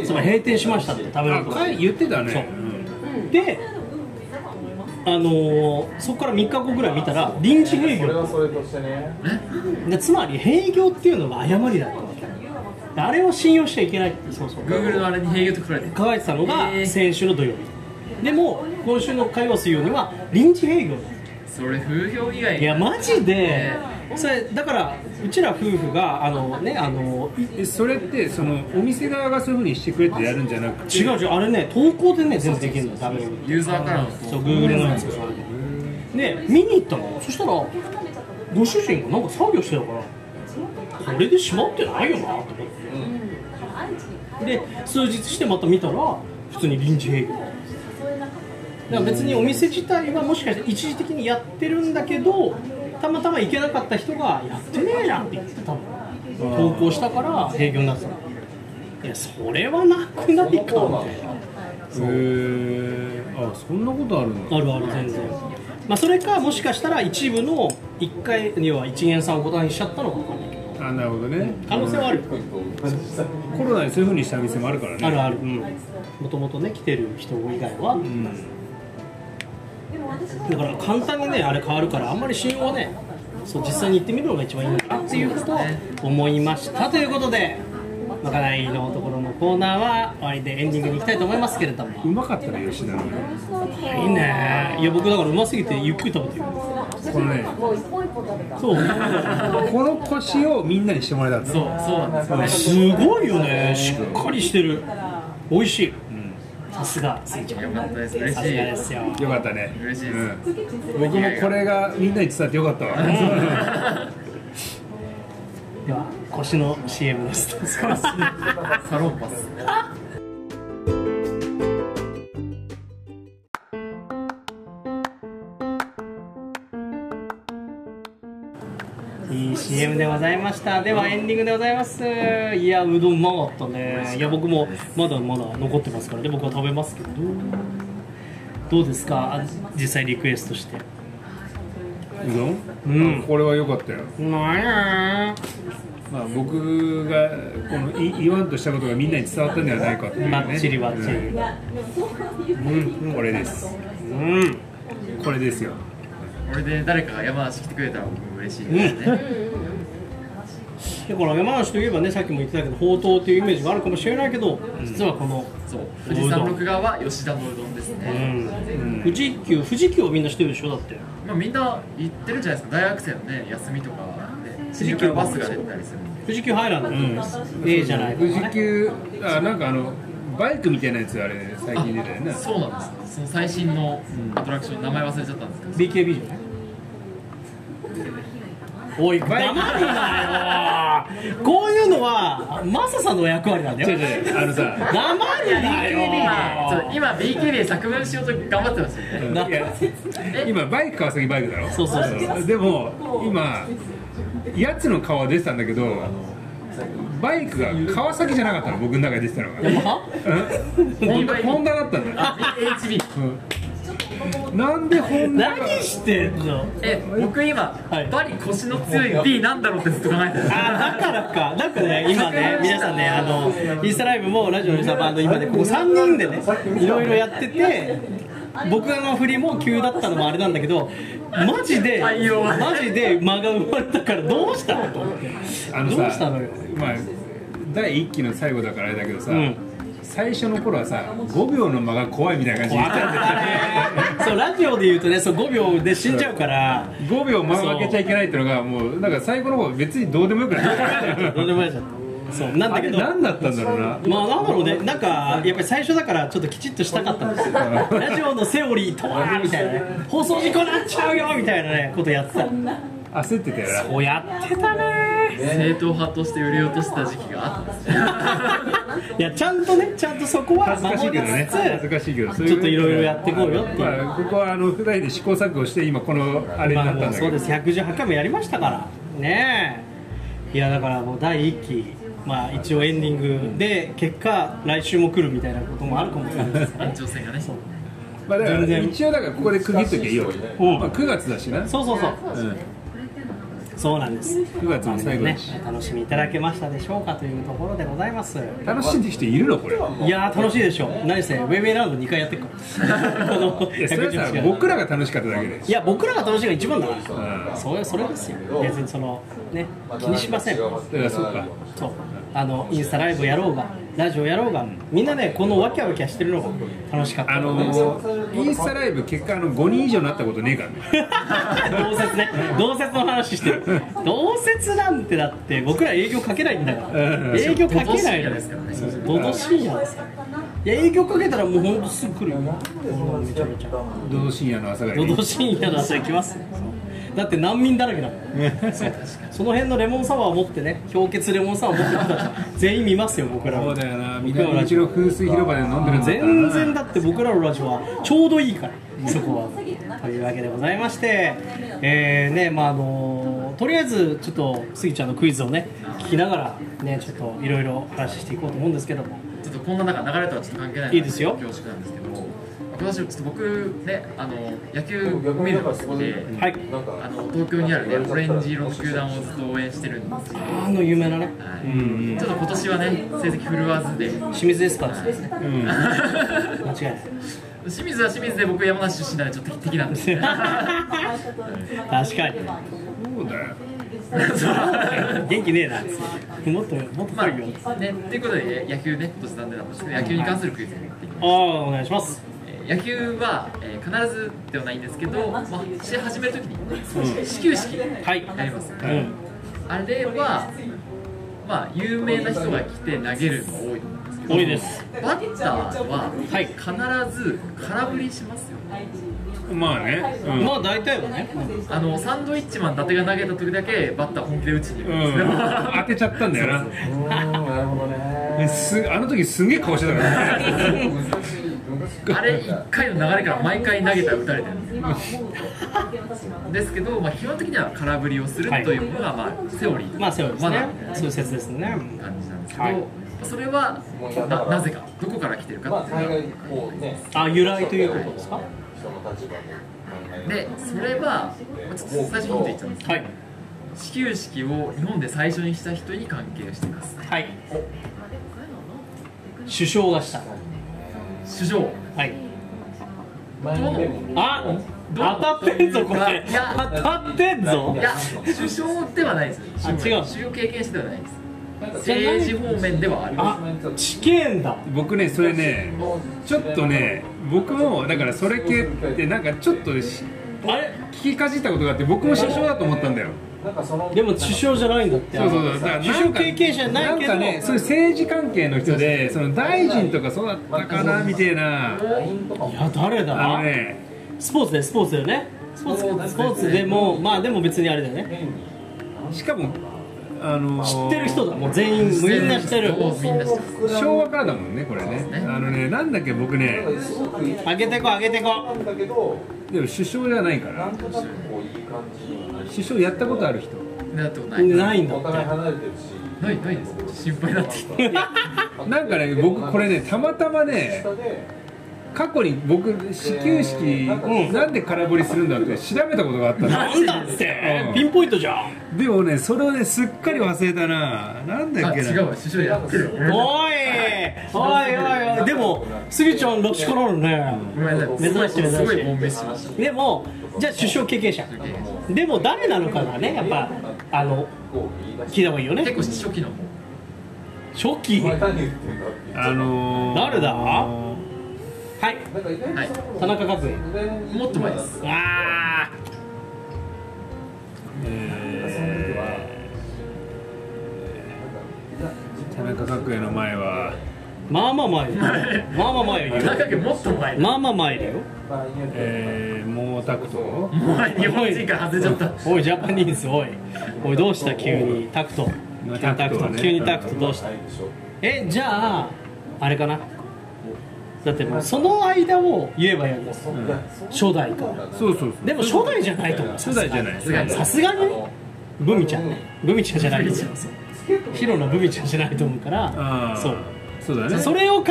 B: つまり閉店しましたって食べ
A: あ
B: ること
A: かい言ってたね
B: そう
A: うん
B: であのーそこから3日後ぐらい見たら臨時閉業でつまり閉業っていうのが誤りだったわけであれを信用しちゃいけないってそうそう
C: Google のあれに平業と書かれてる
B: 考えてたのが
C: えー
B: 先週の土曜日でも今週の火曜水曜には臨時閉業だ
C: それ風評以
B: いや
C: 外
B: マジで
C: え
B: それだからうちら夫婦があのねあのい
A: えそれってそのお店側がそういうふうにしてくれてやるんじゃなくて
B: 違う違うあれね投稿でね全部できるの食べる
C: ユーザーからの
B: そう Google のやつで見に行ったのそしたらご主人がなんか作業してたからこれで閉まってないよなと思ってで数日してまた見たら普通に臨時営業だから別にお店自体はもしかして一時的にやってるんだけどたまたま行けなかった人が「やってねえじゃん」って言ってたの投稿したから営業になってたのいやそれはなくないかみたいな
A: へえあそんなことあるんだ
B: あるある全然、まあ、それかもしかしたら一部の1回には1円さんをご断にしちゃったのかわかんないけど
A: あなるほどね
B: 可能性はある、
A: コロナでそういうふうにした店もあるからね
B: あるあるうんもともとね来てる人以外は、
A: うん
B: だから簡単にねあれ変わるからあんまり信用はねそう実際に行ってみるのが一番いいのかなっていうことを思いましたということでまかないのところのコーナーは終わりでエンディングに行きたいと思いますけれど
A: う
B: も
A: まかったね吉田の
B: いいねいや僕だからうますぎてゆっくり食べてる
A: このね
E: もう一歩一歩食べた
B: そう
A: この腰をみんなにしてもらえたんだ
C: そうそうなんですよね
B: すごいよねしっかりしてる美味しい、さすがスイちゃん
C: よかったです
B: さすがで
C: 嬉し
B: すよ
A: よかったね
C: 嬉しいです
A: うん僕もこれがみんなに伝わってよかったわ
B: では腰の CM です
C: いサロンパス
B: いい CM でございましたではエンディングでございますいやうどんうまかったねいや僕もまだまだ残ってますからね僕は食べますけどどうですかあ実際リクエストして
A: うどん
B: うん
A: これは良かったよ
B: なんや
A: まあ僕がこのい言わんとしたことがみんなに伝わったんではないかっていうね
B: バッチリバッチリ
A: うんこれです
B: うん
A: これですよ
C: これで誰かが山梨来てくれたら僕も嬉しいですね、
B: だから山梨といえばねさっきも言ってたけどほうとうっていうイメージがあるかもしれないけど実はこの、
C: そう富士山麓側は吉田のうどんです
B: う
C: ね、
B: ん富士急富士急はみんな知ってるでしょだって
C: まあ、みんな行ってるんじゃないですか大学生のね休みとかで富士急バスが出てたりするんで
B: 富士急ハイランド、
A: ん
B: ええじゃないか、
A: 富士
B: ね、
A: 急あなんかあのバイクみたいなやつあれ最近出たよね
C: そうなんですその最新のアトラクション名前忘れちゃったんですけど
B: BKB じゃないおい黙
A: バイ
B: る
A: ク
B: な よこういうのはマサさんの役割なんだ
A: 違う
B: よ
A: 違うあのさ
B: 黙るなよ
C: そう今 BKB で作文しようと頑張ってました よね
A: いや今バイク川崎バイクだろ
B: そうそうそう
A: でも今やつの顔は出てたんだけどバイクが川崎じゃなかったの僕の中で出てたのが
B: ヤマハ
A: うんホンダホンダだったんだよ
C: HB
A: なんでホンダが
B: 何してんの
C: え僕今、
B: はい
C: バリ腰の強い B なんだろうってずっと考えてた
B: あだからか、なんかね、今ね、皆さんね、あのインスタライブもラジオのサバンド、今ね、ここ3人でね、いろいろやってて、僕らの振りも急だったのもあれなんだけど、マジで、
C: あいいよ
B: マジで間が生まれたから、どうしたのと思って、
A: あの
B: どう
A: さ
B: したのよ、
A: まあ第1期の最後だからあれだけどさ、
B: うん
A: 最初の頃はさ5秒の間が怖いみたいな感じで言ってたんだよね
B: あれそうラジオで言うとね、そう5秒で死んじゃうから、
A: 5秒間を開けちゃいけないっていうのがもうなんか最後の方別にどうでもよくなっ
B: どう
A: た
B: でもやっちゃった、そうなん
A: あ
B: だけ
A: れ
B: ど、
A: 何だったんだろうな
B: まあなんだろうね、なんかやっぱり最初だからちょっときちっとしたかったんですよ。ラジオのセオリーとはみたいなね、放送事故なっちゃうよみたいなねことやってた。
A: 焦ってたよな
B: おやってたね。
C: 正統派として売り落とした時期があったんですね
B: いやちゃんとね、ちゃんとそこは
A: 恥ずかしい
B: 守
A: け
B: り
A: どね
B: つ
A: 恥ず
B: つ、
A: かしいけど
B: ちょっといろいろやっていこうよっていう
A: まあ、ここはあの普段で試行錯誤して今このあれに
B: ま
A: な
B: あ
A: ったん
B: もう
A: だ
B: そ
A: け
B: うで
A: ど
B: す。118回もやりましたからねえ。いやだからもう第一期。まあ一応エンディングで結果来週も来るみたいなこともあるかもしれないです
C: 延
B: ね
C: 長戦がね
A: まあだから
B: 全然
A: 一応だからここで区切っときゃいいよ、
B: うん
A: まあ、9月だしな
B: そうそうそう
A: うん、
B: そうなんです
A: 9月の最後だ
B: ね
A: し、
B: 楽しみいただけましたでしょうかというところでございます
A: 楽しんでる人いるのこれ
B: いやー楽しいでしょ何せウェイウェイラウンド2回やってるから この
A: いやそれは
B: 118
A: さ
B: 回
A: 僕らが楽しかっただけで
B: いや僕らが楽しいのが一番だか
A: う
B: ら
A: ん
B: それそれですよ別にそのね気にしませんそう
A: いやそうか
B: あのインスタライブやろうがラジオやろうがみんなねこのワキャワキャしてるのが楽しかった
A: あのー、インスタライブ結果あの5人以上になったことねえからね
B: 同説ね同説の話してる同説なんてだって僕ら営業かけないんだから
A: うん
B: 営業かけないの
C: ですからね
B: どどしいじゃないですかいや営業かけたらもうほんとすぐ来るよめちゃめちゃ
A: どう深夜の朝が
B: のど深夜の朝行きますだって難民だらけだもんそうその辺のレモンサワーを持ってね氷結レモンサワーを持ってきたら全員見ますよ僕ら
A: そ
B: は
A: うだよなみんなうちの風水広場で飲んでるんだったら
B: 全
A: な
B: 然だって僕らのラジオはちょうどいいからそこはというわけでございましてえーねまああのとりあえずちょっとスギちゃんのクイズをね聞きながらねちょっといろいろ話していこうと思うんですけども
C: ちょっとこんな中流れとはちょっと関係ない
B: いいですよ
C: 恐縮なんですけど今年ちょっと僕ねあの野球見るのが好きで
B: はい
C: あの東京にあるねオレンジ色の球団をずっと応援してるんですよ、は
B: あの有名なね
C: い、ちょっと今年はね成績振るわずで
B: 清水エスパルスですね
A: うん
B: 間違いない
C: 清水は清水で僕山梨出身なのでちょっと敵 なんですよ
B: 確かに
A: そうだよ
B: 元気ねえなもっともっと
C: まあ
B: 来いよ
C: ねっていうことで野球ね今年なんでなんですけど野球に関するクイズになっていきます
B: ああお願いします
C: えー野球は、えー必ずではないんですけど、まあ、試合始めるときに始球式
B: はい
C: やりますよね、
B: うん
C: あれは、まあ、有名な人が来て投げるの多いと思うんです
B: 多いです
C: バッター
B: はい
C: は必ず空振りしますよね
A: まあね、うん
B: まあ大体はね
C: あのサンドイッチマン伊達が投げた時だけバッター本気で打ちに行くんです
A: う
C: よ、
A: ん、当てちゃったんだよな
C: うんなるほどね
A: えすあの時すんげえ顔してたからね
C: あれ1回の流れから毎回投げたら打たれてるんですよ
E: 今思うと私も
C: ですけど、まあ、基本的には空振りをする
B: はい
C: というのが、まあ、セオリー
B: まあそうです
C: マナ
B: ね
C: ーみたいな
B: そういう説ですね
C: 感じなんですけど、
B: はい
C: それはななぜかどこから来てる
D: ま
C: か
D: あ
C: っていうの
D: 大
C: が
D: 概こうね
B: あ由来ということですか
D: 人の立場で
C: でそれはまあちょっと最初に言っちゃうんですけど、
B: はい
C: 始球式を日本で最初にした人に関係しています
B: はい首相がした
C: 首相
B: はい
D: 前にでも
B: あ当たってんぞこれ
C: いや
B: 当たってんぞ
C: いや首相ではないです
B: あ違う
C: 首相経験してではないです政治方面ではありま
B: あ知見だ
A: 僕ねそれねちょっとね僕もだからそれ系ってなんかちょっとし
B: あれ
A: 聞きかじったことがあって僕も首相だと思ったんだよ
D: なんかその
B: でも首相じゃないんだって
A: そうそうそうだからなんか
B: 首相経験者じゃないけど
A: んかねそういう政治関係の人でその大臣とかそうだったかなみたいな
B: あ誰だ
A: あのね
B: スポーツでスポーツだよねスポーツスポーツでもまあでも別にあれだよね
A: しかもあの
B: 知ってる人だもう全員みんな知ってる
C: もうみんな知ってる
A: 昭和からだもんねこれねあのねなんだっけ僕ね
D: すごくいい
B: 上げてこ上げてこ
D: んだけど
A: でも首相じゃないから
D: なんとなくこういい感じになり
A: 首相やったことある人
C: なったことない
B: ないんだっ
D: お
B: て
D: 互い離れてるし
C: ないないです心配になってきて
A: なんかね僕これねたまたまね
D: 下で
A: 過去に僕始球式なんで空振りするんだって調べたことがあったの
B: なんだって
A: うん
B: ピンポイントじゃん
A: でもねそれをねすっかり忘れたななんだ
C: あ
A: っけ
C: 違う
A: な
C: わ首相やってる
B: おいおいおいおいでもスギちゃんロシコなのね
C: ごめんなさいすごい
B: 珍しい珍しい
C: すごいボンメしまし
B: でもじゃあ首相経験者でも誰なのかがねやっぱあの
D: こう言い出して
B: 聞いた方がいいよ
C: た
B: ね
C: 結構初期の方
B: 初期
D: お前何言ってんだって言っちゃう
A: あのー、
B: 誰だはい
D: なんか意外とその
B: 田中角栄
C: もっと前です
B: あ
A: えー、田中角栄の前は
B: ーまあまあ前だよまあまあ前よ
C: 田中もっと前
B: まあまあ前だよ
A: えー、毛沢東
C: もう日本人から外れちゃった
B: おいジャパニーズおいおいどうした急にタクト急にタクト急にタクトどうしたえじゃああれかなだってもうその間を言えばいいんです初代と
A: そうそう
B: でも初代じゃないと思う
A: 初代じゃない
C: すがに
B: さすがにねブミちゃんねブミちゃんじゃないと思うヒロのブミちゃんじゃないと思うから
A: あー
B: そう
A: そうだね
B: それを考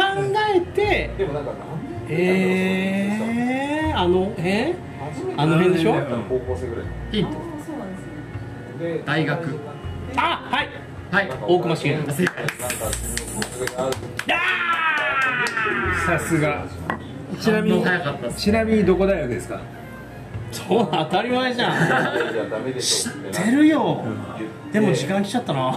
B: えて
D: でもなんか何
B: えー、あのえ
D: 初めて
B: あの辺でしょ
A: あの辺だよ
D: 高校生ぐらい
C: ヒント
E: そうなんですね
D: で
C: 大学
B: あはい
C: はい
B: 大隈重信
C: 正解
D: なんかある
A: さすが
C: ちなみに早かったです
A: ちなみにどこ大学ですか
B: そう当たり前じゃん
D: じゃダメでしょってな
B: 知ってるよ
D: 言って
B: でも時間来ちゃっ たな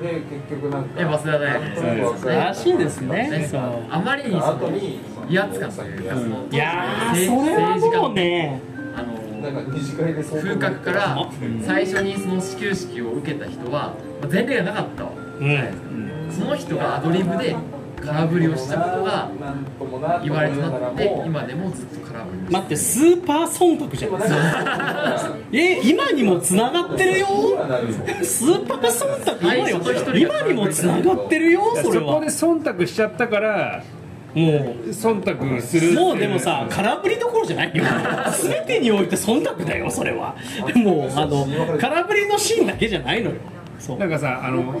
D: で結局なんか
C: え早稲田大学
A: です
B: らしいですねそう
C: あまりにそ
D: 後
C: の
D: に
C: 威圧感というかその
B: いやーそ
C: 政
B: れは
C: 政治家
B: もうね
C: あ
D: なん
C: の
D: か二次会で
C: 風格から最初にその始球式を受けた人はまあ前例がなかったわけじゃないですかその人がアドリブで空振りをしたことが言われとなって今でもずっと空振りをして
B: 待ってスーパー忖度じゃん え今にもつながってるよスーパー忖度今よ
C: はい外一人が
B: 今にもつながってるよそれ
A: そこ
B: は
A: で忖度しちゃったから
B: も
A: 忖度す
B: う
A: る
B: もうでもさ空振りどころじゃないよ全てにおいて忖度だよそれはもうあの空振りのシーンだけじゃないのよそう
A: なんかさあの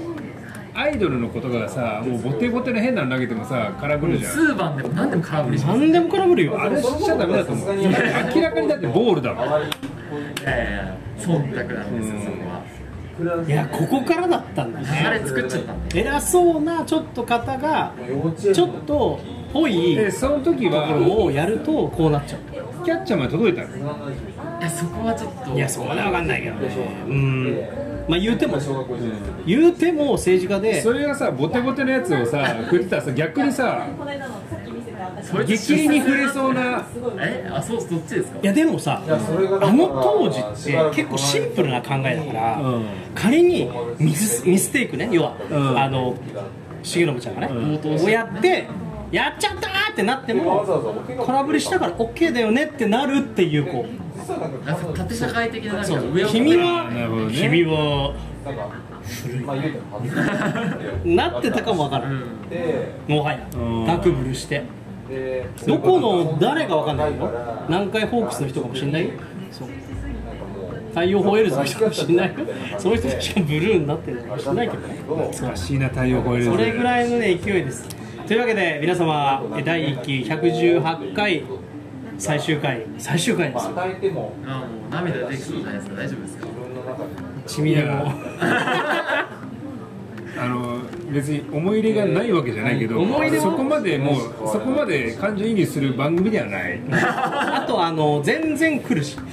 A: アイドルのことがさもうボテボテの変なの投げてもさ空振るじゃん
C: 数番でも何でも空振りします
B: 何でも空振るよ
A: あれしちゃダメだと思う明らかにだってボールだもん
C: いやいやいや忖度なんですよそこはい
B: やここからだったんだね
C: あれ作っちゃったんで
B: 偉そうなちょっと方がちょっとぽい
A: で
B: と
A: その時
B: ころ
A: は
B: をやるとこうなっちゃう
A: キャッチャーまで届いたの
C: いやそこはちょっと
B: いやそこまでわかんないけどねうんまあ言うても
D: 小学校時代
B: 言うても政治家で
A: それがさボテボテのやつをさ振ってたらさ逆にさ
E: この間のさっき見せた私
C: それ
A: 激励に触れそうな
E: すごい
C: えあそうそっちですか
B: いやでもさあの当時って結構シンプルな考えだから、
A: うん
B: 仮にミスミステイクね要は、
A: ん
B: あの重信ちゃんがね、
A: うん
B: こうやってやっちゃったーってなっても空振りしたから OK だよねってなるっていうこう
D: 実はなんか
C: なんか縦社会的ななんか
B: そう
C: 上を
A: な
B: 君
A: るほ
B: は、
A: どね
B: 君は
D: なんかまあ言うても外れ
B: なってたかもわから
C: うんん
D: で
B: もはや
A: うん
B: ダクブルして
D: で
B: どこの誰かわかんないよ
D: から
B: 南海ホークスの人かもしんないよそう
D: なんかもう
B: 太陽ホエールズの人かもしんないよその人たちがブルーになってるのかもしんないけどね
A: 懐かしいな太陽ホイールズ
B: それぐらいのね勢いですというわけで皆様え第1期118回最終回最終回で
D: まあ
B: すよ
D: 与えても
C: あもう涙出てきそうじゃないですか大丈夫ですか
D: 自分の中で
B: ちみれ
A: い
B: も
A: やあの別に思い入れがないわけじゃないけど
B: 思い入れは
A: そこまでもうそこまで感情移入する番組ではない
B: あとあの全然来るしそう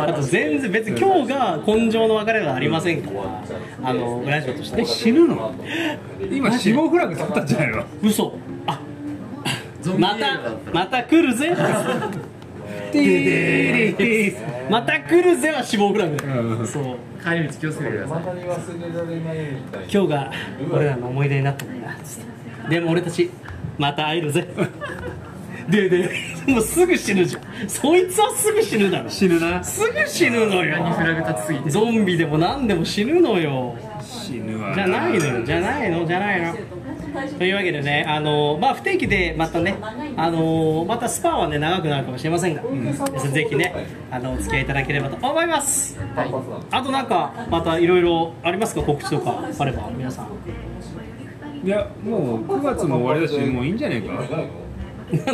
B: あと全然別に今日が根性の別れはありませんからあのラジオとして
A: え死ぬの今死亡フラグ立ったんじゃないの
B: 嘘あ
C: ゾンビ映
B: ま
C: 画だ
B: た
C: ったら
B: また来るぜまた来るぜは死亡フラグだよ
A: うん
B: そう
C: 帰り道気をつけてくださ
D: ま
C: い
D: たに忘れられないみたいな
B: 今日が俺らの思い出になったんだなつってでも俺たちまた会えるぜででもうすぐ死ぬじゃんそいつはすぐ死ぬだろ
A: 死ぬな
B: すぐ死ぬのよ
C: 何フラグ立ちすぎて
B: ゾンビでも何でも死ぬのよ
A: 死ぬわ
B: じゃないのよじゃないのじゃないのというわけでねあのまあ不定期でまたねあのまたスパはね長くなるかもしれませんが、ですぜひねあのお付き合いいただければと思います
D: 単発なんで
B: あとなんかまたいろいろありますか告知とかあれば皆さん
A: いやもう9月も終わりだしもういいんじゃないか
D: ないの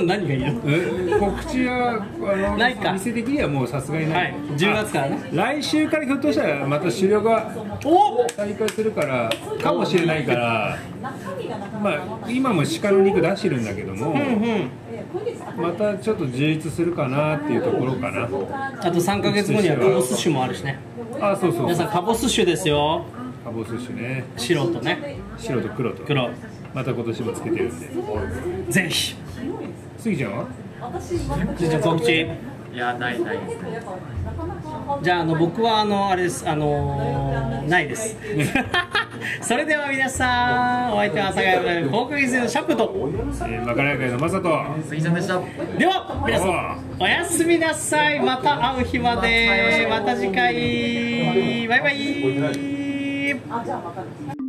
B: な何がいる
A: え告知はあ
B: ないか
A: の店的にはもうさすがに
B: は
A: ない
B: い10月からね
A: 来週からひょっとしたらまた狩猟が
B: お
A: 再開するからかもしれないから
E: 中身がなかなか合わ
A: ま
E: な
A: あ
E: い
A: 今も鹿の肉出してるんだけども
B: うんうん
E: えー今月あ
A: またちょっと充実するかなっていうところかな
B: あと3か月後にはカボス酒もあるしね
A: あそうそう
B: 皆さんカボス酒ですよ
A: カボス酒ね
B: 白とね
A: 白と黒と
B: 黒
A: また今年もつけてるんで
B: ぜひ
A: スギちゃんは
E: 私全
B: じゃあ告知
C: いやないないですね
B: じゃああの僕はあのあれですあのーないですそれでは皆さんお相手は朝佐ヶ谷の航空技術のシャープと
A: えー、まかない会のまさと
C: 杉ちゃんでした
B: では皆さんおやすみなさいまた会う日までまた次回バイバイ
E: あじゃあまたです